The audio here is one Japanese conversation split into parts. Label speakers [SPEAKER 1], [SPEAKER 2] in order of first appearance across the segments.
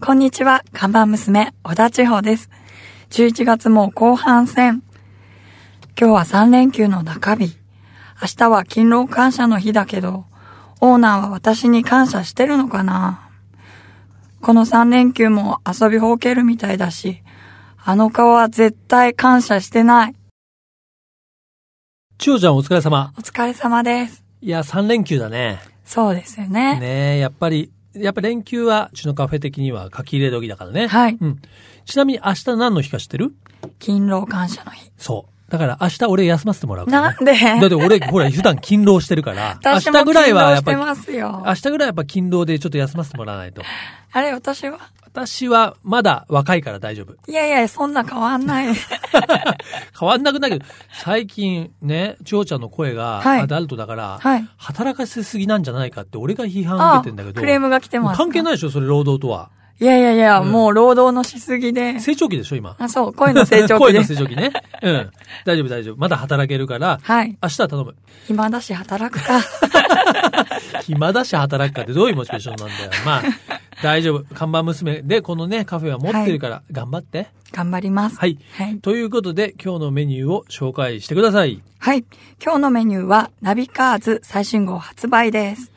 [SPEAKER 1] こんにちは、看板娘、小田千穂です。11月も後半戦。今日は3連休の中日。明日は勤労感謝の日だけど、オーナーは私に感謝してるのかなこの3連休も遊びほうけるみたいだし、あの顔は絶対感謝してない。
[SPEAKER 2] 千代ちゃんお疲れ様。
[SPEAKER 1] お疲れ様です。
[SPEAKER 2] いや、3連休だね。
[SPEAKER 1] そうですよね。
[SPEAKER 2] ねえ、やっぱり、やっぱ連休は、うちのカフェ的には書き入れ時だからね。
[SPEAKER 1] はい。
[SPEAKER 2] うん。ちなみに明日何の日か知ってる
[SPEAKER 1] 勤労感謝の日。
[SPEAKER 2] そう。だから明日俺休ませてもらう
[SPEAKER 1] から、ね、なんで
[SPEAKER 2] だって俺、ほら、普段勤労してるから。
[SPEAKER 1] 明日ぐらいはやっぱり。明日ぐ
[SPEAKER 2] らいやっぱ勤労でちょっと休ませてもらわないと。
[SPEAKER 1] あれ、私は
[SPEAKER 2] 私はまだ若いから大丈夫。
[SPEAKER 1] いやいや、そんな変わんない。
[SPEAKER 2] 変わんなくないけど、最近ね、ちおちゃんの声がアダルトだから、はい、働かせすぎなんじゃないかって俺が批判を受けてんだけど。
[SPEAKER 1] クレームが来てます。
[SPEAKER 2] 関係ないでしょ、それ労働とは。
[SPEAKER 1] いやいやいや、うん、もう労働のしすぎで。
[SPEAKER 2] 成長期でしょ、今。
[SPEAKER 1] あ、そう、声の成長期。
[SPEAKER 2] 声の成長期ね。うん。大丈夫、大丈夫。まだ働けるから、はい。明日は頼む。
[SPEAKER 1] 暇だし働く か。
[SPEAKER 2] 暇だし働くかってどういうモチベーションなんだよ。まあ、大丈夫。看板娘で、このね、カフェは持ってるから、頑張って、はい。
[SPEAKER 1] 頑張ります。
[SPEAKER 2] はい。はい、ということで、今日のメニューを紹介してください。
[SPEAKER 1] はい。今日のメニューは、ナビカーズ最新号発売です。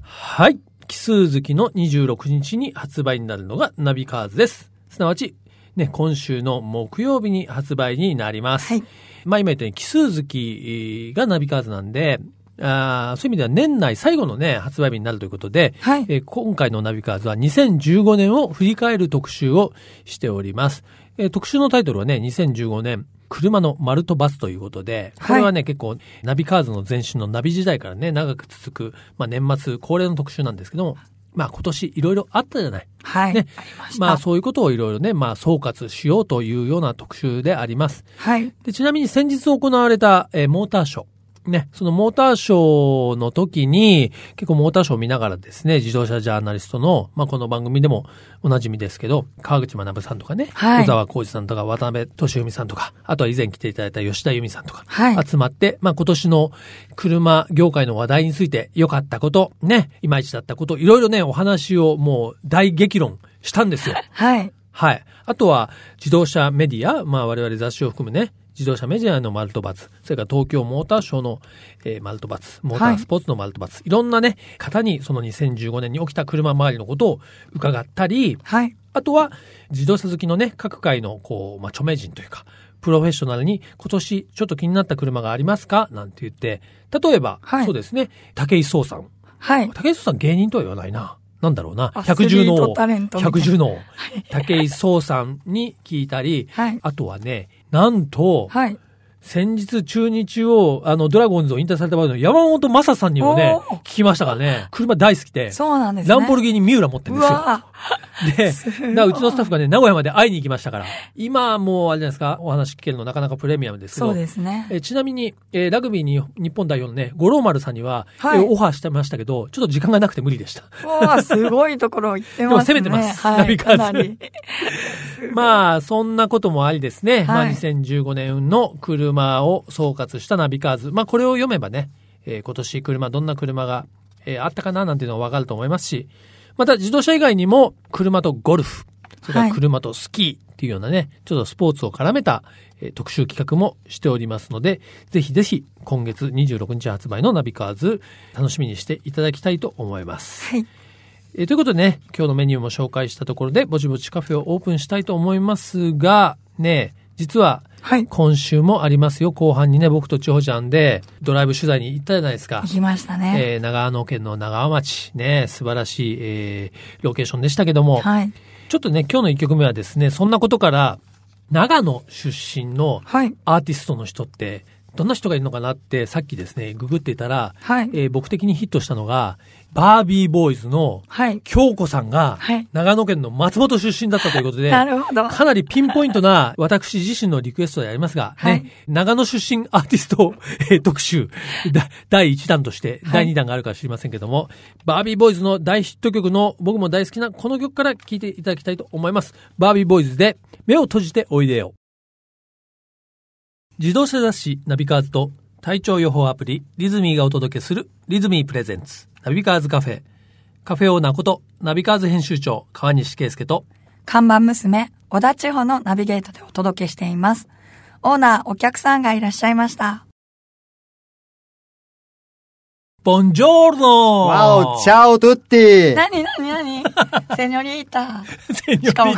[SPEAKER 2] はい。奇数月の26日に発売になるのがナビカーズです。すなわち、ね、今週の木曜日に発売になります。はい、まあ今言ったように奇数月がナビカーズなんで、あそういう意味では年内最後のね、発売日になるということで、はい、えー、今回のナビカーズは2015年を振り返る特集をしております。えー、特集のタイトルはね、2015年、車の丸とバスということで、これはね、はい、結構、ナビカーズの前身のナビ時代からね、長く続く、まあ年末恒例の特集なんですけども、まあ今年いろいろあったじゃない。
[SPEAKER 1] はい。
[SPEAKER 2] ね。ま,まあそういうことをいろいろね、まあ総括しようというような特集であります。
[SPEAKER 1] はい。
[SPEAKER 2] で、ちなみに先日行われた、えー、モーターショー。ね、そのモーターショーの時に、結構モーターショーを見ながらですね、自動車ジャーナリストの、まあ、この番組でもおなじみですけど、川口学さんとかね、
[SPEAKER 1] はい、
[SPEAKER 2] 小沢浩二さんとか渡辺俊文さんとか、あとは以前来ていただいた吉田由美さんとか、集まって、はい、まあ、今年の車業界の話題について良かったこと、ね、いまいちだったこと、いろいろね、お話をもう大激論したんですよ。
[SPEAKER 1] はい。
[SPEAKER 2] はい。あとは、自動車メディア、まあ、我々雑誌を含むね、自動車メジャーのマルトバツ、それから東京モーターショーの、えー、マルトバツ、モータースポーツのマルトバツ、はい、いろんなね、方にその2015年に起きた車周りのことを伺ったり、
[SPEAKER 1] はい、
[SPEAKER 2] あとは自動車好きのね、各界のこう、まあ、著名人というか、プロフェッショナルに今年ちょっと気になった車がありますかなんて言って、例えば、はい、そうですね、武井壮さん。
[SPEAKER 1] はい。
[SPEAKER 2] 武井壮さん芸人とは言わないな。なんだろうな、百獣の王、百獣の王、武井壮さんに聞いたり、
[SPEAKER 1] はい、
[SPEAKER 2] あとはね、なんと、
[SPEAKER 1] はい、
[SPEAKER 2] 先日中日を、あの、ドラゴンズを引退された場合の山本正さんにもね、聞きましたからね、車大好きで、
[SPEAKER 1] そうなんです、
[SPEAKER 2] ね、ランボルギーニ三浦持ってるんですよ。で、だうちのスタッフがね、名古屋まで会いに行きましたから、今もうあれじゃないですか、お話聞けるのなかなかプレミアムですけど、
[SPEAKER 1] そうですね。
[SPEAKER 2] えちなみに、えー、ラグビーに日本代表のね、五郎丸さんには、はい、えー、オファーしてましたけど、ちょっと時間がなくて無理でした。
[SPEAKER 1] わあ、すごいところ行ってます
[SPEAKER 2] ね。でも攻めてます。
[SPEAKER 1] はい、かなり。
[SPEAKER 2] まあ、そんなこともありですね、はい、まあ2015年の車を総括したナビカーズ。まあこれを読めばね、えー、今年車、どんな車が、えー、あったかななんていうのはわかると思いますし、また自動車以外にも車とゴルフ、それから車とスキーっていうようなね、はい、ちょっとスポーツを絡めた、えー、特集企画もしておりますので、ぜひぜひ今月26日発売のナビカーズ楽しみにしていただきたいと思います。
[SPEAKER 1] はい。
[SPEAKER 2] えー、ということでね、今日のメニューも紹介したところで、ぼちぼちカフェをオープンしたいと思いますが、ね、実は、
[SPEAKER 1] はい、
[SPEAKER 2] 今週もありますよ。後半にね、僕と千穂ちゃんでドライブ取材に行ったじゃないですか。
[SPEAKER 1] 行きましたね。
[SPEAKER 2] えー、長野県の長浜町、ね、素晴らしい、えー、ロケーションでしたけども、
[SPEAKER 1] はい、
[SPEAKER 2] ちょっとね、今日の一曲目はですね、そんなことから、長野出身のアーティストの人って、どんな人がいるのかなってさっきですね、ググっていたら、
[SPEAKER 1] はい、
[SPEAKER 2] えー、僕的にヒットしたのが、バービーボーイズの京子さんが、長野県の松本出身だったというこ とで、
[SPEAKER 1] なるほど
[SPEAKER 2] かなりピンポイントな 私自身のリクエストでありますが、
[SPEAKER 1] はい、ね、
[SPEAKER 2] 長野出身アーティスト、 えー、特集第1弾として第2弾があるか知りませんけども、はい、バービーボーイズの大ヒット曲の僕も大好きなこの曲から聴いていただきたいと思います。バービーボーイズで目を閉じておいでよ。自動車雑誌ナビカーズと体調予報アプリリズミーがお届けするリズミープレゼンツナビカーズカフェ。カフェオーナーこと、ナビカーズ編集長、川西圭介と、
[SPEAKER 1] 看板娘、小田地方のナビゲートでお届けしています。オーナー、お客さんがいらっしゃいました。
[SPEAKER 2] ボンジョールノ
[SPEAKER 3] わお、チ
[SPEAKER 2] ゃ
[SPEAKER 3] ャオトゥッティ
[SPEAKER 1] なになになにセニョリータ。
[SPEAKER 2] セ
[SPEAKER 1] しかも、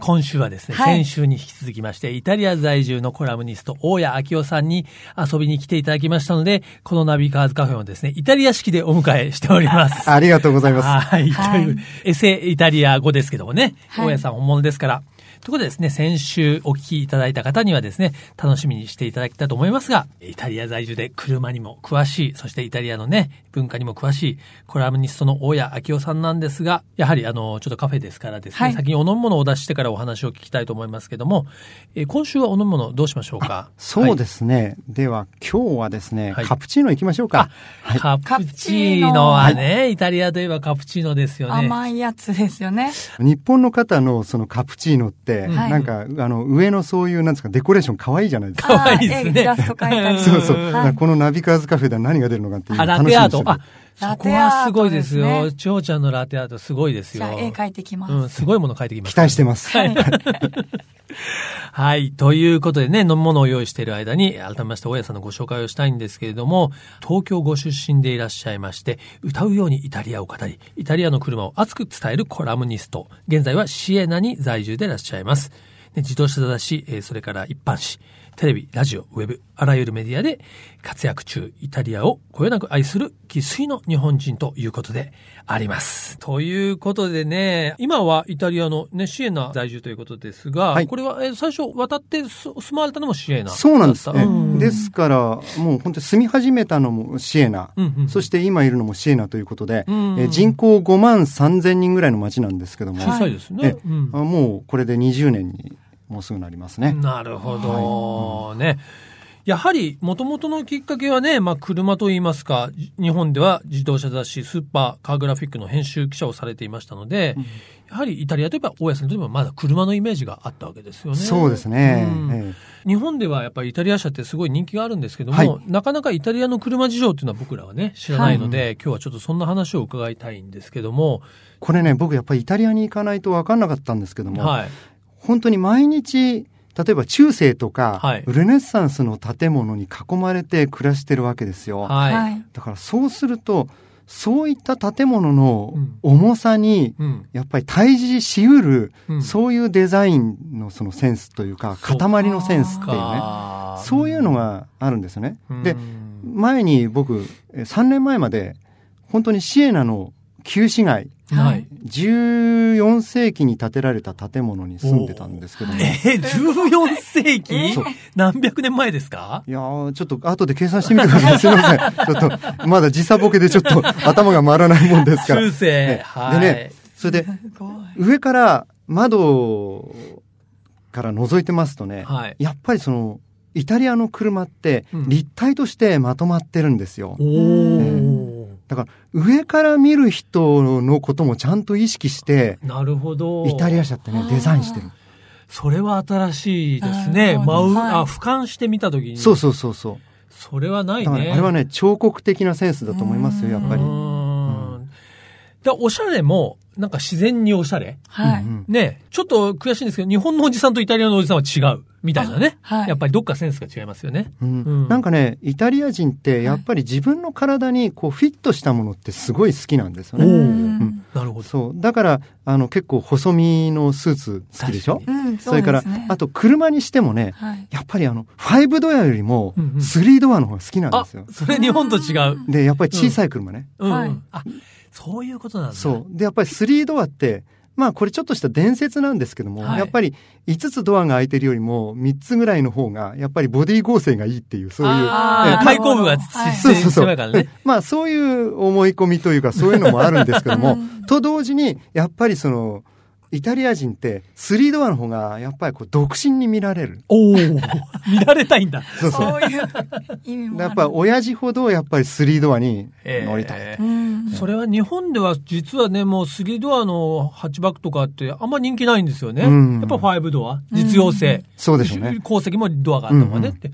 [SPEAKER 2] 今週はですね、
[SPEAKER 1] はい
[SPEAKER 2] 先週に引き続きまして、イタリア在住のコラムニスト、大谷明夫さんに遊びに来ていただきましたので、このナビカーズカフェもですね、イタリア式でお迎えしてお ります。
[SPEAKER 3] ありがとうございます。
[SPEAKER 2] はい。と
[SPEAKER 1] はい
[SPEAKER 2] いう、エセイタリア語ですけどもね、
[SPEAKER 1] はい
[SPEAKER 2] 大谷さん本物ですから。ということでですね、先週お聞きいただいた方にはですね、楽しみにしていただけたと思いますが、イタリア在住で車にも詳しい、そしてイタリアのね、文化にも詳しい、コラムニストの大谷明夫さんなんですが、やはりあの、ちょっとカフェですからですね、
[SPEAKER 1] はい
[SPEAKER 2] 先にお飲み物をお出ししてからお話を聞きたいと思いますけども、えー今週はお飲み物どうしましょうか。
[SPEAKER 3] そうですすね。では、今日はですね、
[SPEAKER 2] はい
[SPEAKER 3] カプチーノ行きましょう
[SPEAKER 2] あ
[SPEAKER 3] か。はい。
[SPEAKER 2] カプチーノはね、イタリアといえばカプチーノですよね。
[SPEAKER 1] 甘いやつですよね。
[SPEAKER 3] 日本の方のそのカプチーノって、
[SPEAKER 1] はい
[SPEAKER 3] なんか、あの、上のそういう、なんですか、デコレーション可愛いじゃないですか。
[SPEAKER 2] 可愛いですね
[SPEAKER 1] あー絵イラスト描いたり。
[SPEAKER 3] そうそう。
[SPEAKER 1] ん
[SPEAKER 3] だからこのナビカーズカフェでは何が出るのかっていうの
[SPEAKER 2] あ、
[SPEAKER 3] を
[SPEAKER 2] ラ
[SPEAKER 3] 楽しみ
[SPEAKER 2] テア
[SPEAKER 3] に
[SPEAKER 2] ー
[SPEAKER 3] して
[SPEAKER 2] ト
[SPEAKER 3] る。。
[SPEAKER 2] あ、そこはすごいです
[SPEAKER 1] ラテアート
[SPEAKER 2] よ。
[SPEAKER 1] です
[SPEAKER 2] ちょうちゃんのラテアートすごいです
[SPEAKER 1] じ
[SPEAKER 2] よ。
[SPEAKER 1] ゃあ、絵描いてきます。
[SPEAKER 2] うん、すごいもの書いてきまし
[SPEAKER 3] 期
[SPEAKER 2] た。
[SPEAKER 3] 待してます。
[SPEAKER 1] はい。
[SPEAKER 2] はい。ということでね、飲み物を用意している間に、改めまして、大家さんのご紹介をしたいんですけれども、東京ご出身でいらっしゃいまして、歌うようにイタリアを語り、イタリアの車を熱く伝えるコラムニスト。現在はシエナに在住でいらっしゃいます。ね自動車雑誌、えーそれから一般紙、テレビ、ラジオ、ウェブ、あらゆるメディアで活躍中、イタリアをこよなく愛する生粋の日本人ということであります。ということでね、今はイタリアのね、シエナ在住ということですが、
[SPEAKER 3] はい
[SPEAKER 2] これは、えー最初渡ってす住まわれたのもシエナだった。
[SPEAKER 3] そうなんですね。
[SPEAKER 2] うん
[SPEAKER 3] ですから、もう本当に住み始めたのもシエナ、
[SPEAKER 2] うんうん
[SPEAKER 3] そして今いるのもシエナということで、
[SPEAKER 2] うん
[SPEAKER 3] えー人口5万3千人ぐらいの町なんですけども、
[SPEAKER 2] 小さいですね。
[SPEAKER 3] ええ
[SPEAKER 2] うん
[SPEAKER 3] あもうこれで20年にもうすぐなりますね。
[SPEAKER 2] なるほど、ね。やはり、もともとのきっかけはね、まあ、車といいますか、じ日本では自動車雑誌、スーパーカーグラフィックの編集記者をされていましたので、やはりイタリアといえば、大家さんといえば、まだ車のイメージがあったわけですよね。
[SPEAKER 3] そうですね。
[SPEAKER 2] うん
[SPEAKER 3] え
[SPEAKER 2] 日本ではやっぱりイタリア車ってすごい人気があるんですけども、
[SPEAKER 3] はい
[SPEAKER 2] なかなかイタリアの車事情っていうのは僕らはね、知らないので、今日はちょっとそんな話を伺いたいんですけども、
[SPEAKER 3] えこれね、僕やっぱりイタリアに行かないと分かんなかったんですけども、
[SPEAKER 2] はい。
[SPEAKER 3] 本当に毎日、例えば中世とか、
[SPEAKER 2] はい
[SPEAKER 3] ルネッサンスの建物に囲まれて暮らしてるわけですよ。
[SPEAKER 2] はい。
[SPEAKER 1] はい。
[SPEAKER 3] だからそうすると、そういった建物の
[SPEAKER 2] うん
[SPEAKER 3] 重さに、
[SPEAKER 2] うん。
[SPEAKER 3] やっぱり対峙しうる、
[SPEAKER 2] うん
[SPEAKER 3] そういうデザインのそのセンスというか、
[SPEAKER 2] そう
[SPEAKER 3] 塊のセンスっていうね、
[SPEAKER 2] か
[SPEAKER 3] そういうの、があるんですよね。
[SPEAKER 2] うん
[SPEAKER 3] で、前に僕、え3年前まで、本当にシエナの旧市街、
[SPEAKER 2] はい。
[SPEAKER 3] 14世紀に建てられた建物に住んでたんですけども、い
[SPEAKER 2] えー、14世紀
[SPEAKER 3] そう
[SPEAKER 2] 何百年前ですか
[SPEAKER 3] やー、ちょっと後で計算してみてくだ さい。すいません。ちょっと、まだ時差ボケでちょっと頭が回らないもんで すから。
[SPEAKER 2] 中世。
[SPEAKER 3] ね
[SPEAKER 2] はい。
[SPEAKER 3] でね、それで、
[SPEAKER 1] すごい。
[SPEAKER 3] 上から窓から覗いてますとね、
[SPEAKER 2] はい。
[SPEAKER 3] やっぱりそのイタリアの車って
[SPEAKER 2] うん
[SPEAKER 3] 立体としてまとまってるんですよ
[SPEAKER 2] お。ー。
[SPEAKER 3] 上から見る人のこともちゃんと意識して、
[SPEAKER 2] なるほど。
[SPEAKER 3] イタリア車って
[SPEAKER 1] あ
[SPEAKER 3] ね
[SPEAKER 1] ー、
[SPEAKER 3] デザインしてる。
[SPEAKER 2] それは新しいですね。
[SPEAKER 1] なる
[SPEAKER 2] 真
[SPEAKER 1] ほど
[SPEAKER 2] う、
[SPEAKER 1] は
[SPEAKER 2] あ、
[SPEAKER 1] い
[SPEAKER 2] 俯瞰してみたときに。。
[SPEAKER 3] そうそうそうそう
[SPEAKER 2] それはな
[SPEAKER 3] う。
[SPEAKER 2] い
[SPEAKER 3] だからね
[SPEAKER 2] ね。
[SPEAKER 3] あれはね、彫刻的なセンスだと思いますよ、やっぱり。
[SPEAKER 2] う
[SPEAKER 3] うん。
[SPEAKER 2] ーん。だおしゃれも、なんか自然におしゃれ。
[SPEAKER 1] はいう
[SPEAKER 3] ん
[SPEAKER 2] ね、ちょっと悔しいんですけど、日本のおじさんとイタリアのおじさんは違う。みたいなね。
[SPEAKER 1] はい
[SPEAKER 2] やっぱりどっかセンスが違いますよね。
[SPEAKER 3] うん
[SPEAKER 2] うん
[SPEAKER 3] なんかね、イタリア人ってやっぱり自分の体にこうフィットしたものってすごい好きなんですよ
[SPEAKER 2] お
[SPEAKER 3] ね。
[SPEAKER 2] ー
[SPEAKER 1] うん
[SPEAKER 2] なるほど。
[SPEAKER 3] そう。だから、あの、結構細身のスーツ好きでしょ
[SPEAKER 2] 確か
[SPEAKER 1] うん、
[SPEAKER 3] それから、あ
[SPEAKER 1] と、
[SPEAKER 3] と車にしてもね、
[SPEAKER 1] はい。
[SPEAKER 3] やっぱりあの、5ドアよりも
[SPEAKER 2] うんうん
[SPEAKER 3] 3ドアの方が好きなん
[SPEAKER 2] あ
[SPEAKER 3] ですよ、。
[SPEAKER 2] それ日本と違う。
[SPEAKER 3] で、やっぱり小さい車ね。
[SPEAKER 2] うん。
[SPEAKER 1] はい
[SPEAKER 2] あ、そういうことなんだ。
[SPEAKER 3] そう。で、やっぱり3ドアって、まあこれちょっとした伝説なんですけども、
[SPEAKER 2] はい
[SPEAKER 3] やっぱり5つドアが開いてるよりも3つぐらいの方が、やっぱりボディ剛性がいいっていう、そういう。
[SPEAKER 2] あ
[SPEAKER 1] え
[SPEAKER 2] あ、
[SPEAKER 1] え
[SPEAKER 2] 開口部
[SPEAKER 1] は
[SPEAKER 2] が
[SPEAKER 1] い
[SPEAKER 2] ち
[SPEAKER 3] そうそうそう
[SPEAKER 2] 狭いからね。
[SPEAKER 3] まあそういう思い込みというかそういうのもあるんですけど
[SPEAKER 1] う
[SPEAKER 3] も
[SPEAKER 1] ん、
[SPEAKER 3] と同時にやっぱりそのイタリア人って3ドアの方がやっぱりこう独身に見られる。
[SPEAKER 2] おお、乱れたいんだ。
[SPEAKER 3] そうそう。
[SPEAKER 1] そういう意味もある。
[SPEAKER 3] やっぱ親父ほどやっぱり3ドアに
[SPEAKER 2] ええ
[SPEAKER 3] 乗りたい。
[SPEAKER 1] うん。
[SPEAKER 2] それは日本では実はね、もうスリードアのハッチバックとかってあんま人気ないんですよね。
[SPEAKER 3] うん
[SPEAKER 2] やっぱファイブドア、実用性。
[SPEAKER 3] そうでしょうね。
[SPEAKER 2] 鉱石もドアがあった方がねって。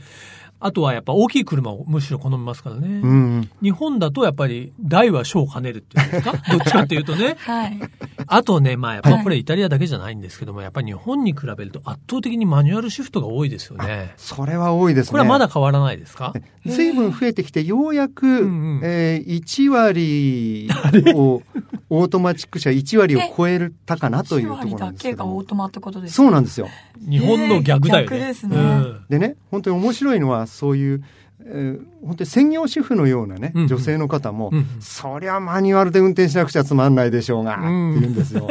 [SPEAKER 2] あとはやっぱ大きい車をむしろ好みますからね。
[SPEAKER 3] うん。
[SPEAKER 2] 日本だとやっぱり大は小を兼ねるっていうんですかどっちかっていうとね。
[SPEAKER 1] はい。
[SPEAKER 2] あとね、まあやっぱこれイタリアだけじゃないんですけども、やっぱり日本に比べると圧倒的にマニュアルシフトが多いですよね。
[SPEAKER 3] それは多いですね。
[SPEAKER 2] これはまだ変わらないですか、
[SPEAKER 3] 随分増えてきて、ようやく、
[SPEAKER 2] んうん
[SPEAKER 3] えー、1割を、オートマチック車1割を超えたかなというところなん
[SPEAKER 1] だ
[SPEAKER 3] ですけ
[SPEAKER 1] けが
[SPEAKER 3] ど
[SPEAKER 1] オ
[SPEAKER 3] も
[SPEAKER 1] ー。トマってことです。
[SPEAKER 3] そううなんですよ。
[SPEAKER 2] 日本の逆だよね。
[SPEAKER 1] ね逆ですね
[SPEAKER 2] うん
[SPEAKER 3] でね、本当に面白いのは、そういう、えー本当に専業主婦のようなね、
[SPEAKER 2] うんうん
[SPEAKER 3] 女性の方も、
[SPEAKER 2] うん
[SPEAKER 3] そりゃマニュアルで運転しなくちゃつまんないでしょうが、
[SPEAKER 2] うん
[SPEAKER 3] って言うんですよ。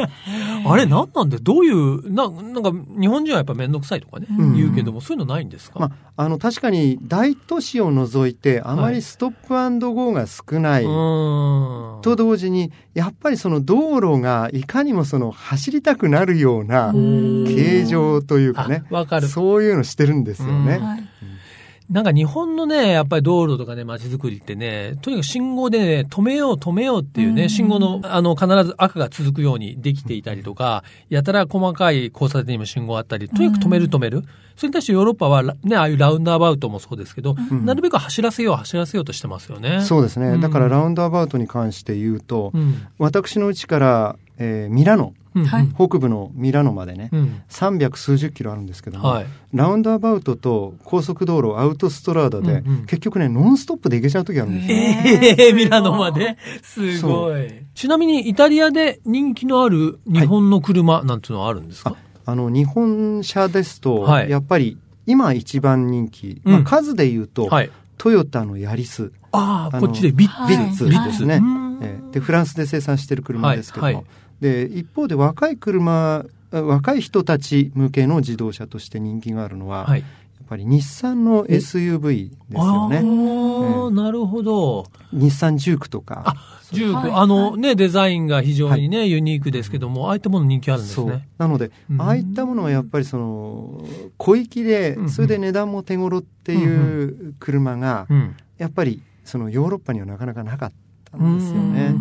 [SPEAKER 2] あれ何なんでどういう、ななんか日本人はやっぱ面倒くさいとかね、
[SPEAKER 3] うん
[SPEAKER 2] 言うけども、そういうのないんですか、
[SPEAKER 3] まあ、あの確かに大都市を除いてあま
[SPEAKER 2] はい
[SPEAKER 3] りストップアンドゴーが少ない、
[SPEAKER 2] うーん。
[SPEAKER 3] と同時にやっぱりその道路がいかにもその走りたくなるような形状というかね
[SPEAKER 2] あわかる
[SPEAKER 3] そういうのしてるんですよね。
[SPEAKER 2] うん
[SPEAKER 1] はい。
[SPEAKER 2] なんか日本のね、やっぱり道路とかね、街づくりってね、とにかく信号でね、止めよう止めようっていう
[SPEAKER 1] う
[SPEAKER 2] ね、
[SPEAKER 1] ん
[SPEAKER 2] 信号の、あの、必ず赤が続くようにできていたりとか、やたら細かい交差点にも信号あったり、とにかく止める止める。それに対してヨーロッパはら、ね、ああいうラウンドアバウトもそうですけど、
[SPEAKER 3] うん
[SPEAKER 2] なるべく走らせよう走らせようとしてますよね。
[SPEAKER 3] そうです
[SPEAKER 2] う
[SPEAKER 3] ね
[SPEAKER 2] ん
[SPEAKER 3] だからラウンドアバウトに関して言うと、
[SPEAKER 2] うん。
[SPEAKER 3] 私の家から、えーミラノ
[SPEAKER 2] うん。
[SPEAKER 1] はい
[SPEAKER 3] 北部のミラノまでね、
[SPEAKER 2] うん。
[SPEAKER 3] 300数十キロあるんですけども、
[SPEAKER 2] はい。
[SPEAKER 3] ラウンドアバウトと高速道路アウトストラーダで、
[SPEAKER 2] うんうん
[SPEAKER 3] 結局ねノンストップで行けちゃう時あるんですよ。
[SPEAKER 1] えー
[SPEAKER 2] ええミラノまで。すご
[SPEAKER 3] そ
[SPEAKER 2] い。ちなみに、イタリアで人気のある日本の車なんていうのはあるんですか、
[SPEAKER 3] ああの日本車ですと、
[SPEAKER 2] はい
[SPEAKER 3] やっぱり今一番人気、
[SPEAKER 2] うん
[SPEAKER 3] まあ、数で言うと、
[SPEAKER 2] はい。
[SPEAKER 3] トヨタのヤリス、
[SPEAKER 2] ああ、
[SPEAKER 3] あの
[SPEAKER 2] こっちでビッ
[SPEAKER 1] はい
[SPEAKER 3] ビッツですね、
[SPEAKER 2] うん
[SPEAKER 3] えーでフランスで生産している車ですけども、
[SPEAKER 2] はいはい
[SPEAKER 3] で一方で若い車あ若い人たち向けの自動車として人気があるのは、
[SPEAKER 2] はい。
[SPEAKER 3] やっぱり日産の SUV ですよ
[SPEAKER 2] ああ
[SPEAKER 3] ね
[SPEAKER 2] ー、なるほど。
[SPEAKER 3] 日産ジュークとか
[SPEAKER 2] あ、ジュー
[SPEAKER 1] は
[SPEAKER 2] ク、
[SPEAKER 1] い
[SPEAKER 2] あのね、デザインが非常にね、ユニークですけども、ああいったもの人気あるんです
[SPEAKER 3] そう
[SPEAKER 2] ね。
[SPEAKER 3] なので、
[SPEAKER 2] うん
[SPEAKER 3] ああいったものはやっぱりその小粋で、
[SPEAKER 2] うんうん
[SPEAKER 3] それで値段も手頃っていう車が、
[SPEAKER 2] うん。
[SPEAKER 3] やっぱりそのヨーロッパにはなかなかなかった
[SPEAKER 2] うん
[SPEAKER 3] んですよね。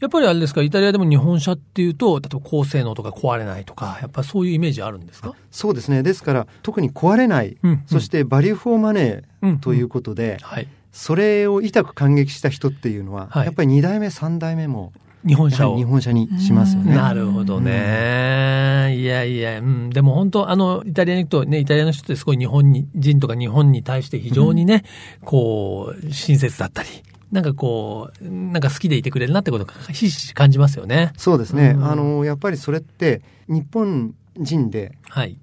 [SPEAKER 2] やっぱりあれですか、イタリアでも日本車っていうと、例えば高性能とか壊れないとか、やっぱりそういうイメージあるんですか
[SPEAKER 3] そうですね。ですから特に壊れない、
[SPEAKER 2] うん
[SPEAKER 3] そしてバリューフォーマネ
[SPEAKER 2] うん
[SPEAKER 3] ーということで、
[SPEAKER 2] はい。
[SPEAKER 3] それを痛く感激した人っていうのは、
[SPEAKER 2] はい
[SPEAKER 3] やっぱり2代目3代目も
[SPEAKER 2] 日本
[SPEAKER 3] や
[SPEAKER 2] 車
[SPEAKER 3] はり
[SPEAKER 2] を
[SPEAKER 3] 日。本車にしますよ
[SPEAKER 1] うん
[SPEAKER 3] ね。
[SPEAKER 2] なるほどね。いやいや、うん。でも本当、あの、イタリアに行くとね、イタリアの人ってすごい日本に人とか日本に対して非常にね、こう、親切だったり、なんかこう、なんか好きでいてくれるなってことがひしひし感じますよね。
[SPEAKER 3] そうですね。
[SPEAKER 2] うん
[SPEAKER 3] あのやっぱりそれって日本人で
[SPEAKER 2] はい。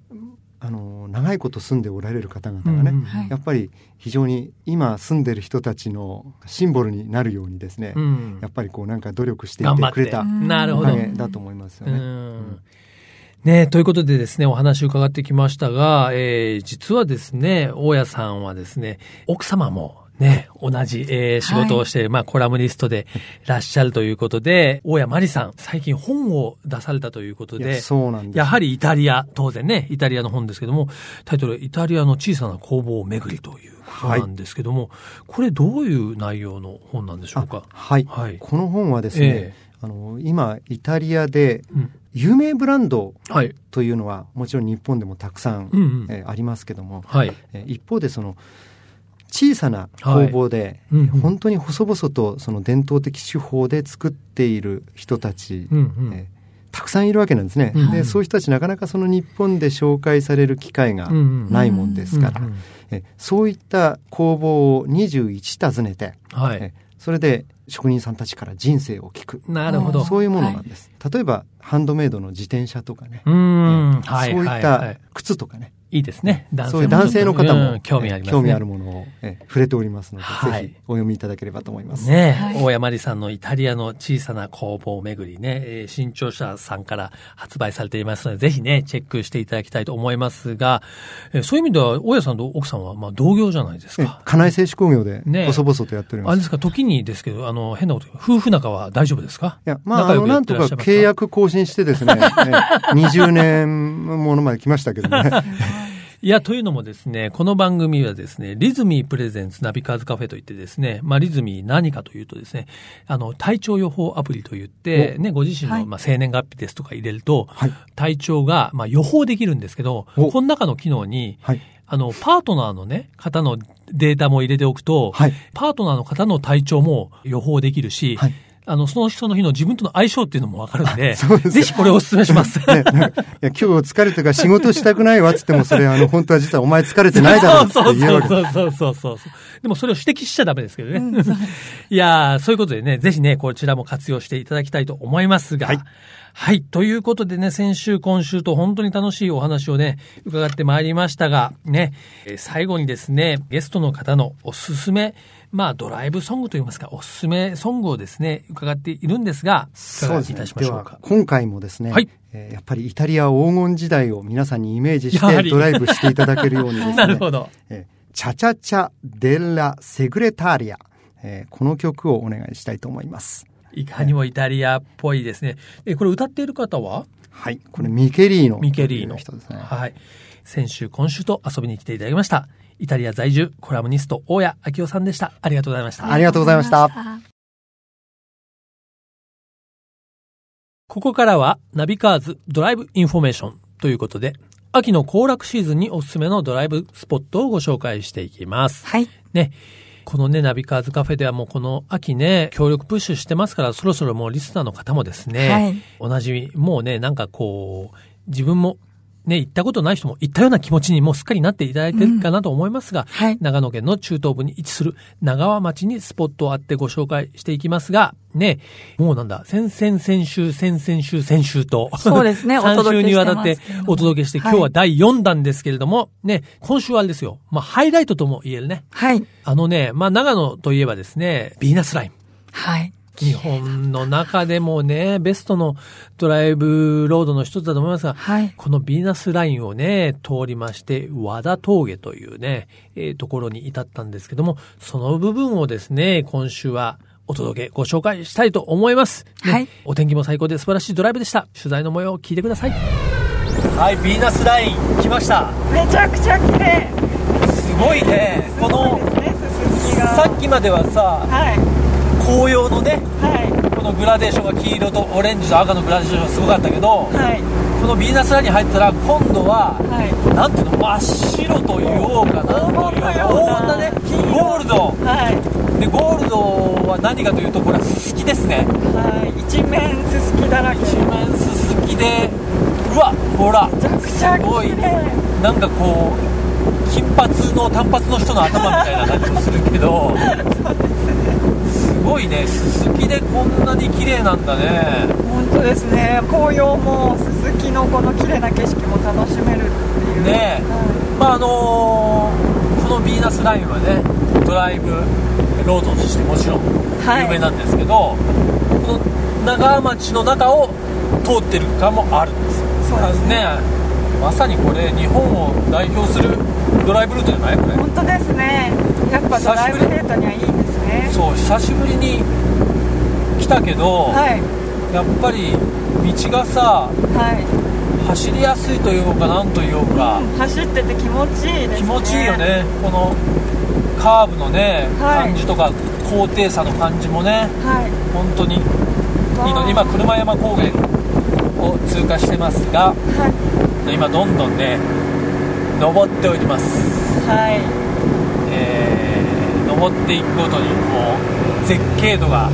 [SPEAKER 3] あの長いこと住んでおられる方々がね、
[SPEAKER 2] うんうん
[SPEAKER 1] はい
[SPEAKER 3] やっぱり非常に今住んでる人たちのシンボルになるようにですね、
[SPEAKER 2] うん
[SPEAKER 3] やっぱりこうなんか努力してい
[SPEAKER 2] 頑張っ
[SPEAKER 3] てくれ
[SPEAKER 2] て。
[SPEAKER 3] た
[SPEAKER 2] なる
[SPEAKER 3] お
[SPEAKER 2] ほ
[SPEAKER 3] か
[SPEAKER 2] ど。
[SPEAKER 3] げだと思いますよ
[SPEAKER 2] う
[SPEAKER 3] ね。
[SPEAKER 2] んねえということでですね、お話を伺ってきましたが、えー実はですね、大家さんはですね、奥様もね、同じ、えー仕事をして、まあ、コラムニスト でいらっしゃるということで、大家まりさん、最近本を出されたということ
[SPEAKER 3] いや
[SPEAKER 2] で、
[SPEAKER 3] そうなんですよ
[SPEAKER 2] やはりイタリア、当然ね、イタリアの本ですけども、タイトル、イタリアの小さな工房を巡りということなんですけども、これどういう内容の本なんでしょうか
[SPEAKER 3] あはい、
[SPEAKER 2] はい
[SPEAKER 3] この本はです
[SPEAKER 2] え
[SPEAKER 3] ね、あの今イタリアで
[SPEAKER 2] うん
[SPEAKER 3] 有名ブランド
[SPEAKER 2] はい。
[SPEAKER 3] というのはもちろん日本でもたくさん、
[SPEAKER 2] うんうん。
[SPEAKER 3] えーありますけども、
[SPEAKER 2] はい。
[SPEAKER 3] えー一方でその小さな工房で、
[SPEAKER 2] うんうん
[SPEAKER 3] 本当に細々とその伝統的手法で作っている人たち、
[SPEAKER 2] うんうん
[SPEAKER 3] えーたくさんいるわけなんですね、
[SPEAKER 2] うん
[SPEAKER 3] でそういう人たちなかなかその日本で紹介される機会が
[SPEAKER 2] うんうん
[SPEAKER 3] ないもんですから、
[SPEAKER 2] うんうん
[SPEAKER 3] えそういった工房を21訪ねて、
[SPEAKER 2] は
[SPEAKER 3] え
[SPEAKER 2] い。
[SPEAKER 3] それで職人さんたちから人生を聞く
[SPEAKER 2] なるほど。
[SPEAKER 3] そういうものなんです、例えばハンドメイドの自転車とかね、
[SPEAKER 2] うーん、
[SPEAKER 3] え
[SPEAKER 2] はい、
[SPEAKER 3] そうい
[SPEAKER 2] は
[SPEAKER 3] っ
[SPEAKER 2] いは
[SPEAKER 3] た
[SPEAKER 2] い。
[SPEAKER 3] 靴とかね、
[SPEAKER 2] いいですね。男性
[SPEAKER 3] そういう男性の方も、
[SPEAKER 2] うん興味あります、ね。
[SPEAKER 3] 興味あるものを、え触れておりますので、
[SPEAKER 2] はい
[SPEAKER 3] ぜひお読みいただければと思います。
[SPEAKER 2] ねえ、
[SPEAKER 1] はい
[SPEAKER 2] 大山里さんのイタリアの小さな工房を巡りね、えー新潮社さんから発売されていますので、ぜひね、チェックしていただきたいと思いますが、えーそういう意味では、大家さんと奥さんは、まあ、同業じゃないです
[SPEAKER 3] え
[SPEAKER 2] か。
[SPEAKER 3] 金井製紙工業で
[SPEAKER 2] ね
[SPEAKER 3] 細々とやっており
[SPEAKER 2] あ
[SPEAKER 3] ま
[SPEAKER 2] れ
[SPEAKER 3] す。
[SPEAKER 2] ですか、時にですけど、あの、変なこと言う、夫婦仲は大丈夫ですか
[SPEAKER 3] いや、まあ、
[SPEAKER 2] 仲
[SPEAKER 3] あ
[SPEAKER 2] 良
[SPEAKER 3] の、
[SPEAKER 2] くや
[SPEAKER 3] な
[SPEAKER 2] っ
[SPEAKER 3] ん
[SPEAKER 2] て
[SPEAKER 3] と
[SPEAKER 2] ら
[SPEAKER 3] か
[SPEAKER 2] っしゃいますか
[SPEAKER 3] 契約更新してですね、え20年ものまで来ましたけ どね。
[SPEAKER 2] いや、というのもですね、この番組はですね、リズミープレゼンツナビカーズカフェといってですね、まあ、リズミー何かというとですね、あの、体調予報アプリといって、ね、ご自身の、
[SPEAKER 1] はい
[SPEAKER 2] まあ、生年月日ですとか入れると、
[SPEAKER 3] はい
[SPEAKER 2] 体調が、まあ、予報できるんですけど、
[SPEAKER 3] お
[SPEAKER 2] この中の機能に、
[SPEAKER 3] はい。
[SPEAKER 2] あの、パートナーのね、方のデータも入れておくと、
[SPEAKER 3] はい
[SPEAKER 2] パートナーの方の体調も予報できるし、
[SPEAKER 3] はい
[SPEAKER 2] あの、その人の日の自分との相性っていうのもわかるんで、
[SPEAKER 3] そうです
[SPEAKER 2] ぜひこれをお勧めし ます。
[SPEAKER 3] ね、なんかいや今日疲れたから仕事したくないわっつっても、それ、あの、本当は実はお前疲れてないだろうって
[SPEAKER 2] そう
[SPEAKER 3] 言える
[SPEAKER 2] そ
[SPEAKER 3] わ
[SPEAKER 2] う
[SPEAKER 3] けです。
[SPEAKER 2] そうそうそうそうそう。でもそれを指摘しちゃダメですけどね。 いやー、そういうことでね、ぜひね、こちらも活用していただきたいと思いますが。はい。ということでね、先週、今週と本当に楽しいお話をね、伺ってまいりましたが、ね、えー最後にですね、ゲストの方のおすすめ、まあ、ドライブソングといいますか、おすすめソングをですね、伺っているんですが、いか
[SPEAKER 3] そ
[SPEAKER 2] がい
[SPEAKER 3] うですね
[SPEAKER 2] たし。ま
[SPEAKER 3] で
[SPEAKER 2] しょうか
[SPEAKER 3] は。、今回もですね、
[SPEAKER 2] はい
[SPEAKER 3] えーやっぱりイタリア黄金時代を皆さんにイメージし
[SPEAKER 2] やは
[SPEAKER 3] て
[SPEAKER 2] り
[SPEAKER 3] ドライブしていただけるようにですね。
[SPEAKER 2] なるほど。
[SPEAKER 3] えーチャチャチャ・デラ・セグレタリア。えーこの曲をお願いしたいと思います。
[SPEAKER 2] いかにもイタリアっぽいですね。え、これ歌っている方は
[SPEAKER 3] はい。これ、ミケリーノ。
[SPEAKER 2] ミケリーの
[SPEAKER 3] 人ですね。
[SPEAKER 2] はい。先週、今週と遊びに来ていただきました。イタリア在住、コラムニスト、大谷明夫さんでした。ありがとうございました。
[SPEAKER 3] ありがとうございました
[SPEAKER 1] ありがとうございまし
[SPEAKER 2] ここからは、ナビカーズドライブインフォメーションということで、秋の行楽シーズンにおすすめのドライブスポットをご紹介していきます
[SPEAKER 1] た。はい。
[SPEAKER 2] ね。このね、ナビカーズカフェではもうこの秋ね、協力プッシュしてますから、そろそろもうリスナーの方もですね、
[SPEAKER 1] はい
[SPEAKER 2] おなじみ、もうね、なんかこう、自分もね、行ったことない人も行ったような気持ちにもうすっかりなっていただいてるかなと思いますが、
[SPEAKER 1] はい
[SPEAKER 2] 長野県の中東部に位置する長和町にスポットをあってご紹介していきますが、ね、もうなんだ、先々先週、先々週、先週と、
[SPEAKER 1] そうです ねお
[SPEAKER 2] 3
[SPEAKER 1] 届
[SPEAKER 2] 週
[SPEAKER 1] けしてますけれども
[SPEAKER 2] にわたってお届けして、今日は第4弾ですけれども、ね、今週はあれですよ、まあハイライトとも言えるね、
[SPEAKER 1] はい。
[SPEAKER 2] あのね、まあ長野といえばですね、ビーナスライン。
[SPEAKER 1] はい。
[SPEAKER 2] 日本の中でもね、ベストのドライブロードの一つだと思いますが、
[SPEAKER 1] はい。
[SPEAKER 2] このビーナスラインをね、通りまして、和田峠というね、えーところに至ったんですけども、その部分をですね、今週はお届け、ご紹介したいと思います。ね
[SPEAKER 1] はい
[SPEAKER 2] お天気も最高で素晴らしいドライブでした。取材の模様を聞いてください。はい、ビーナスライン来ました。
[SPEAKER 4] めちゃくちゃ綺麗
[SPEAKER 2] すごいね。この、
[SPEAKER 4] ですねススキが
[SPEAKER 2] っきまではさ、
[SPEAKER 4] はい
[SPEAKER 2] 紅葉のね、
[SPEAKER 4] は
[SPEAKER 2] このグラデーションが黄色とオレンジと赤のグラデーションがすごかったけど、
[SPEAKER 4] いはい
[SPEAKER 2] このビーナスラインに入ったら今度は、
[SPEAKER 4] はい
[SPEAKER 2] なんていうの真っ白と言おうかな
[SPEAKER 4] 黄金のよ
[SPEAKER 2] 黄
[SPEAKER 4] うな
[SPEAKER 2] 金だねゴールド
[SPEAKER 4] はい、
[SPEAKER 2] でゴールドは何かというとこれはススキですね
[SPEAKER 4] はい、一面ススキだらけ
[SPEAKER 2] 一面ススキでうわほら
[SPEAKER 4] めちゃくちゃ
[SPEAKER 2] すごい
[SPEAKER 4] 綺麗
[SPEAKER 2] なんかこう金髪の短髪の人の頭みたいな感じもするけどすごいねススキでこんなに綺麗なんだね
[SPEAKER 4] 本当ですね紅葉もススキのこの綺麗な景色も楽しめるっていう
[SPEAKER 2] ねえ
[SPEAKER 4] は
[SPEAKER 2] まああのーこのヴィーナスラインはねドライブロードとしてもちろん
[SPEAKER 4] はい
[SPEAKER 2] 有名なんですけど、この長浜町の中を通ってるかもあるんですよ
[SPEAKER 4] そうですね
[SPEAKER 2] まさにこれ日本を代表するドライブルートじゃないこ
[SPEAKER 4] い
[SPEAKER 2] れ
[SPEAKER 4] 本当ですねやっぱドライブデートにはいいですね
[SPEAKER 2] そう久しぶりに来たけど、
[SPEAKER 4] はい
[SPEAKER 2] やっぱり道がさ
[SPEAKER 4] はい、
[SPEAKER 2] 走りやすいというかなんというか、
[SPEAKER 4] 走ってて気持ちいいですね
[SPEAKER 2] 気持ちいいよねこのカーブのね、
[SPEAKER 4] は
[SPEAKER 2] 感
[SPEAKER 4] い
[SPEAKER 2] じとか高低差の感じもね
[SPEAKER 4] はい
[SPEAKER 2] 本当にいいの
[SPEAKER 4] わあ
[SPEAKER 2] 今車山高原を通過してますが
[SPEAKER 4] はい
[SPEAKER 2] 今どんどんね登っております、
[SPEAKER 4] はい
[SPEAKER 2] えー、登っていくごとにこう絶景度が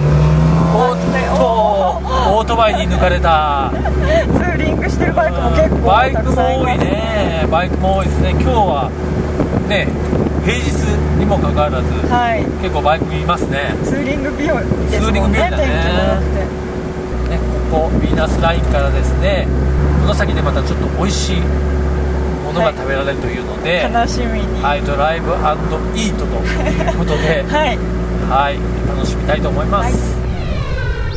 [SPEAKER 2] おっとオートバイに抜かれた
[SPEAKER 4] ツーリングしてるバイクも結構
[SPEAKER 2] バイ
[SPEAKER 4] た
[SPEAKER 2] ク
[SPEAKER 4] くさんい
[SPEAKER 2] も多
[SPEAKER 4] ま
[SPEAKER 2] い
[SPEAKER 4] す
[SPEAKER 2] ねバイクも多いですね今日はね平日にもかかわらず、
[SPEAKER 4] はい
[SPEAKER 2] 結構バイクいますね
[SPEAKER 4] ツーリング日和です
[SPEAKER 2] ツーリン
[SPEAKER 4] も
[SPEAKER 2] グ
[SPEAKER 4] ん
[SPEAKER 2] 日和
[SPEAKER 4] ね
[SPEAKER 2] だね
[SPEAKER 4] 天気も良くて
[SPEAKER 2] ねここヴィーナスラインからですねこの先でまたちょっと美味しいものが食べられるというので、はい
[SPEAKER 4] 楽しみにはい、
[SPEAKER 2] ドライブイートということ で、はい、楽しみたいと思います、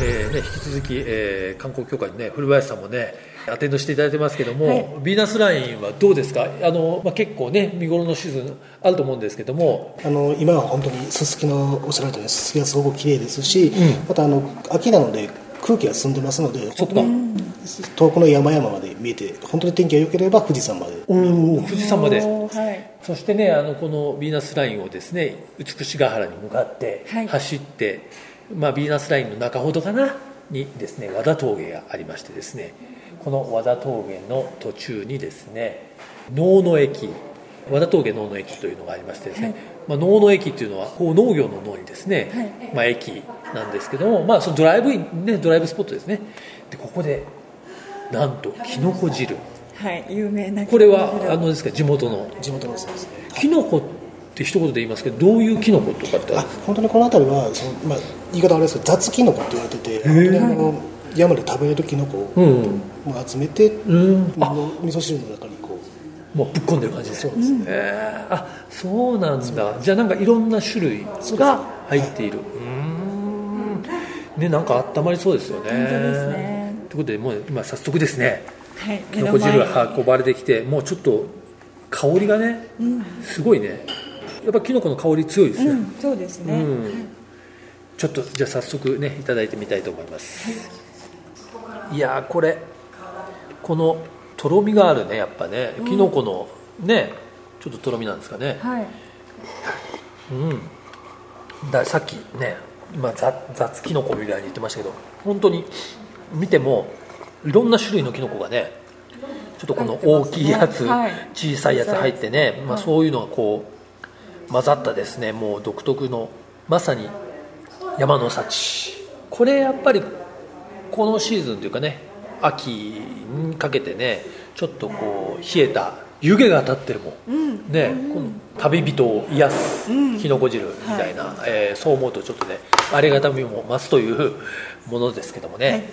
[SPEAKER 2] えーね、引き続き、えー観光協会の、ね、古林さんもねアテンドしていただいてますけども、
[SPEAKER 4] はい
[SPEAKER 2] ヴィーナスラインはどうですかあの、まあ、結構ね見頃のシーズンあると思うんですけども
[SPEAKER 5] あの今は本当にすすきのおっしゃられたようにすすきがすごく綺麗ですし、
[SPEAKER 2] うん
[SPEAKER 5] またあの秋なので空気が澄んでますので
[SPEAKER 2] そっか
[SPEAKER 5] 本当に遠くの山々まで見えて本当に天気が良ければ富士山まで
[SPEAKER 2] 富士山まで
[SPEAKER 4] はい
[SPEAKER 2] そしてねあのこのヴィーナスラインをですね美しが原に向かって
[SPEAKER 1] はい
[SPEAKER 2] 走って、まあ、ヴィーナスラインの中ほどかなにですね和田峠がありましてですねこの和田峠の途中にですね能野駅和田峠農の駅というのがありましてですね、まあ、農の駅というのはこう農業の農にですね、まあ、駅なんですけども、まあ、そのドライブイン、ね、ドライブスポットですねでここでなんときのこ汁
[SPEAKER 4] はい有名な
[SPEAKER 2] これはあのですか地元の
[SPEAKER 5] 地元のですね
[SPEAKER 2] きのこって一言で言いますけどどういうきのことかってあ
[SPEAKER 5] あ
[SPEAKER 2] る
[SPEAKER 5] 本当にこの辺りはその、まあ、言い方あれですけど雑キノコって言われてて本当にあの山で食べれるキノコ
[SPEAKER 2] う
[SPEAKER 5] を
[SPEAKER 2] ん
[SPEAKER 5] まあ集めて、
[SPEAKER 2] うん
[SPEAKER 5] あの味噌汁の中にこう
[SPEAKER 2] もうぶっ込んでる感じです
[SPEAKER 5] そう
[SPEAKER 2] ね
[SPEAKER 5] ですね、
[SPEAKER 2] えーあそうなんだじゃあなんかいろんな種類
[SPEAKER 5] そうです
[SPEAKER 2] が入っているうーんねなんか温まりそうですよね
[SPEAKER 4] 本当ですね
[SPEAKER 2] ということでもう今早速ですね
[SPEAKER 4] はい
[SPEAKER 2] きのこ汁
[SPEAKER 4] 目の前
[SPEAKER 2] が
[SPEAKER 4] に
[SPEAKER 2] 運ばれてきてもうちょっと香りがねすごいねやっぱきのこの香り強いですね、
[SPEAKER 4] うんそうですね、
[SPEAKER 2] うん、ちょっとじゃあ早速ねいただいてみたいと思います、い、やーこれこのとろみがあるねやっぱねきのこのねちょっととろみなんですかね、
[SPEAKER 4] はい
[SPEAKER 2] うんださっきね今雑雑きのこみたいに言ってましたけど本当に見てもいろんな種類のきのこがねちょっとこの大きいやつ、
[SPEAKER 4] 入ってますねはい
[SPEAKER 2] 小さいやつ入ってね、まあ、そういうのがこう混ざったですねもう独特のまさに山の幸これやっぱりこのシーズンというかね秋にかけてねちょっとこう冷えた湯気が立ってるもん、ね、この旅人を癒すきのこ汁みたいな、えーそう思うとちょっとねありがたみも増すというものですけどもね、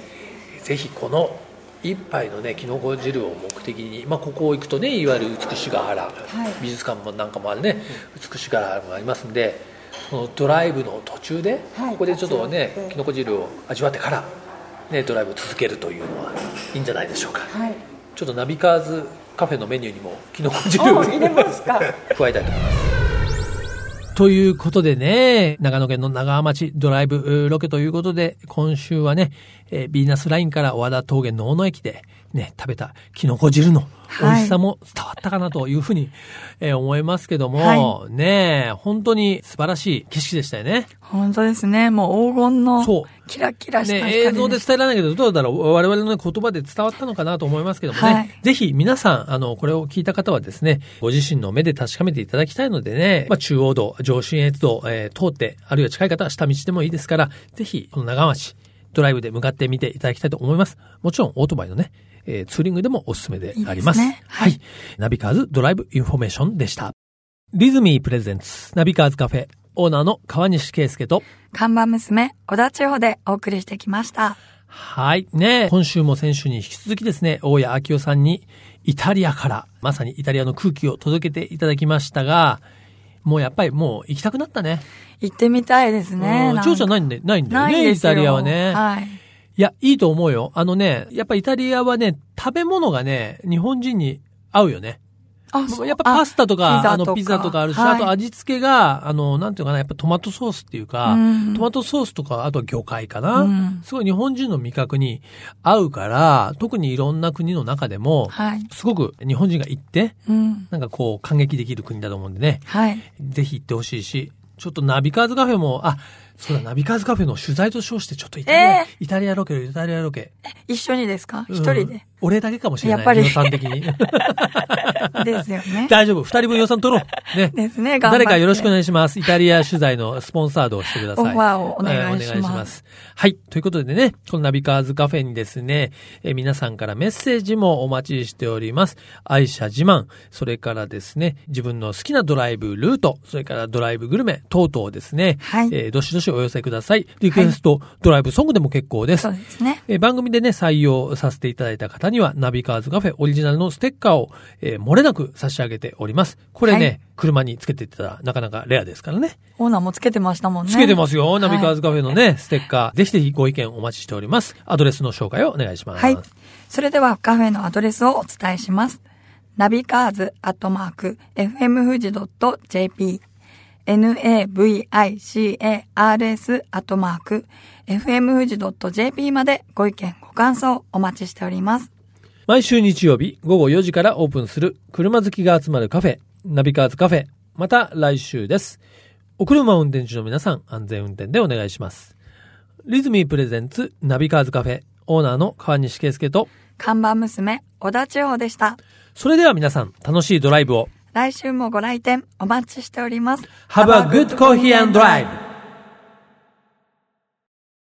[SPEAKER 2] ぜひこの一杯のねきのこ汁を目的に、まあ、ここ行くとねいわゆる美しが原、美術館もなんかもあるね美しが原もありますんでそのドライブの途中で、
[SPEAKER 4] はい
[SPEAKER 2] ここでちょっとね
[SPEAKER 4] 立ち寄って
[SPEAKER 2] きのこ汁を味わってから、ね、ドライブを続けるというのはいいんじゃないでしょうか、
[SPEAKER 4] はい
[SPEAKER 2] ちょっとナビカーズカフェのメニューにもきのこ汁
[SPEAKER 4] あ
[SPEAKER 2] を
[SPEAKER 4] 入れますか
[SPEAKER 2] 加えたいと思います。 ということでね、長野県の長浜町ドライブうーロケということで、今週はね、えービーナスラインから和田峠の大野駅でね、食べたキノコ汁の美味しさも伝わったかなというふうに、えー思いますけども、ねえ本当に素晴らしい景色でしたよね。
[SPEAKER 1] 本当ですね。もう黄金
[SPEAKER 2] そ
[SPEAKER 1] の
[SPEAKER 2] う
[SPEAKER 1] キラキラした
[SPEAKER 2] ね、
[SPEAKER 1] 光
[SPEAKER 2] 映像で伝えられないけど、どうだろう我々の言葉で伝わったのかなと思いますけどもね。
[SPEAKER 1] はい
[SPEAKER 2] ぜひ皆さん、あの、これを聞いた方はですね、ご自身の目で確かめていただきたいのでね、まあ、中央道、上信越道、えー通って、あるいは近い方は下道でもいいですから、ぜひ、この長町、ドライブで向かってみていただきたいと思います。もちろん、オートバイのね、えーツーリングでもおすすめであります。
[SPEAKER 1] いいですね
[SPEAKER 2] はい、ナビカーズドライブインフォメーションでした。リズミープレゼンツ、ナビカーズカフェ、オーナーの川西圭介と、
[SPEAKER 1] 看板娘、小田地方でお送りしてきました。
[SPEAKER 2] はい。ねえ今週も先週に引き続きですね、大谷明夫さんにイタリアから、まさにイタリアの空気を届けていただきましたが、もうやっぱりもう行きたくなったね。
[SPEAKER 1] 行ってみたいですね。
[SPEAKER 2] うん、ちょうちゃん
[SPEAKER 1] な
[SPEAKER 2] なん
[SPEAKER 1] か
[SPEAKER 2] いんで、ないんだよ
[SPEAKER 1] ない
[SPEAKER 2] ね、
[SPEAKER 1] で
[SPEAKER 2] イ
[SPEAKER 1] すよ
[SPEAKER 2] タリアはね。
[SPEAKER 1] はい。
[SPEAKER 2] いや、いいと思うよ。あのね、やっぱイタリアはね、食べ物がね、日本人に合うよね。
[SPEAKER 1] あそう
[SPEAKER 2] やっぱパスタとか、あ
[SPEAKER 1] あ
[SPEAKER 2] の、ピザとかあるし、あと
[SPEAKER 1] はい
[SPEAKER 2] 味付けが、あの、なんていうかな、やっぱトマトソースっていうか、
[SPEAKER 1] うん
[SPEAKER 2] トマトソースとか、あとは魚介かな、
[SPEAKER 1] うん
[SPEAKER 2] すごい日本人の味覚に合うから、特にいろんな国の中でも、
[SPEAKER 1] はい。
[SPEAKER 2] すごく日本人が行って、
[SPEAKER 1] うん。
[SPEAKER 2] なんかこう、感激できる国だと思うんでね、
[SPEAKER 1] はい。
[SPEAKER 2] ぜひ行ってほしいし、ちょっとナビカーズカフェも、あ、そうだ、ナビカーズカフェの取材と称して、ちょっとイタリア、
[SPEAKER 1] え
[SPEAKER 2] イタリアロケ、イタリアロケ。
[SPEAKER 1] 一緒にですか
[SPEAKER 2] うん
[SPEAKER 1] 一人で。
[SPEAKER 2] 俺だけかもしれない。
[SPEAKER 1] やっぱり
[SPEAKER 2] 予算的に。
[SPEAKER 1] ですよ ね。
[SPEAKER 2] 大丈夫。二人分予算取 ろう。ね。
[SPEAKER 1] ですね。頑張って
[SPEAKER 2] 誰かよろしくお願いします。イタリア取材のスポンサードをしてください。
[SPEAKER 1] オファーをお願いします
[SPEAKER 2] えーはい。ということでね、このナビカーズカフェにですね、えー皆さんからメッセージもお待ちしております。愛車自慢、それからですね、自分の好きなドライブルート、それからドライブグルメ等々ですね、
[SPEAKER 1] はい
[SPEAKER 2] えーどしどしお寄せください。リクエスト、ドライブソングでも結構です。
[SPEAKER 1] そうですね。
[SPEAKER 2] えー番組でね、採用させていただいた方には、ナビカーズカフェオリジナルのステッカーを、えー漏れなく差し上げております。これね、
[SPEAKER 1] はい
[SPEAKER 2] 車につけてたら、なかなかレアですからね。
[SPEAKER 1] オーナーもつけてましたもんね。
[SPEAKER 2] つけてますよ、ナビカー
[SPEAKER 1] ズ
[SPEAKER 2] ズカフェのね、ステッカー。ぜひぜひご意見お待ちしております。アドレスの紹介をお願いします。
[SPEAKER 1] はい。それではカフェのアドレスをお伝えします。ナビカーズアットマーク fmfuji.jp navicars アットマーク fmfuji.jp までご意見ご感想お待ちしております。
[SPEAKER 2] 毎週日曜日午後4時からオープンする車好きが集まるカフェ、ナビカーズカフェ。また来週です。お車運転中の皆さん、安全運転でお願いします。リズミープレゼンツナビカーズカフェ、オーナーの川西圭介と、
[SPEAKER 1] 看板娘、小田千穂でした。
[SPEAKER 2] それでは皆さん、楽しいドライブを。
[SPEAKER 6] 来週もご来店お待ちしております。
[SPEAKER 1] Have a good coffee and drive!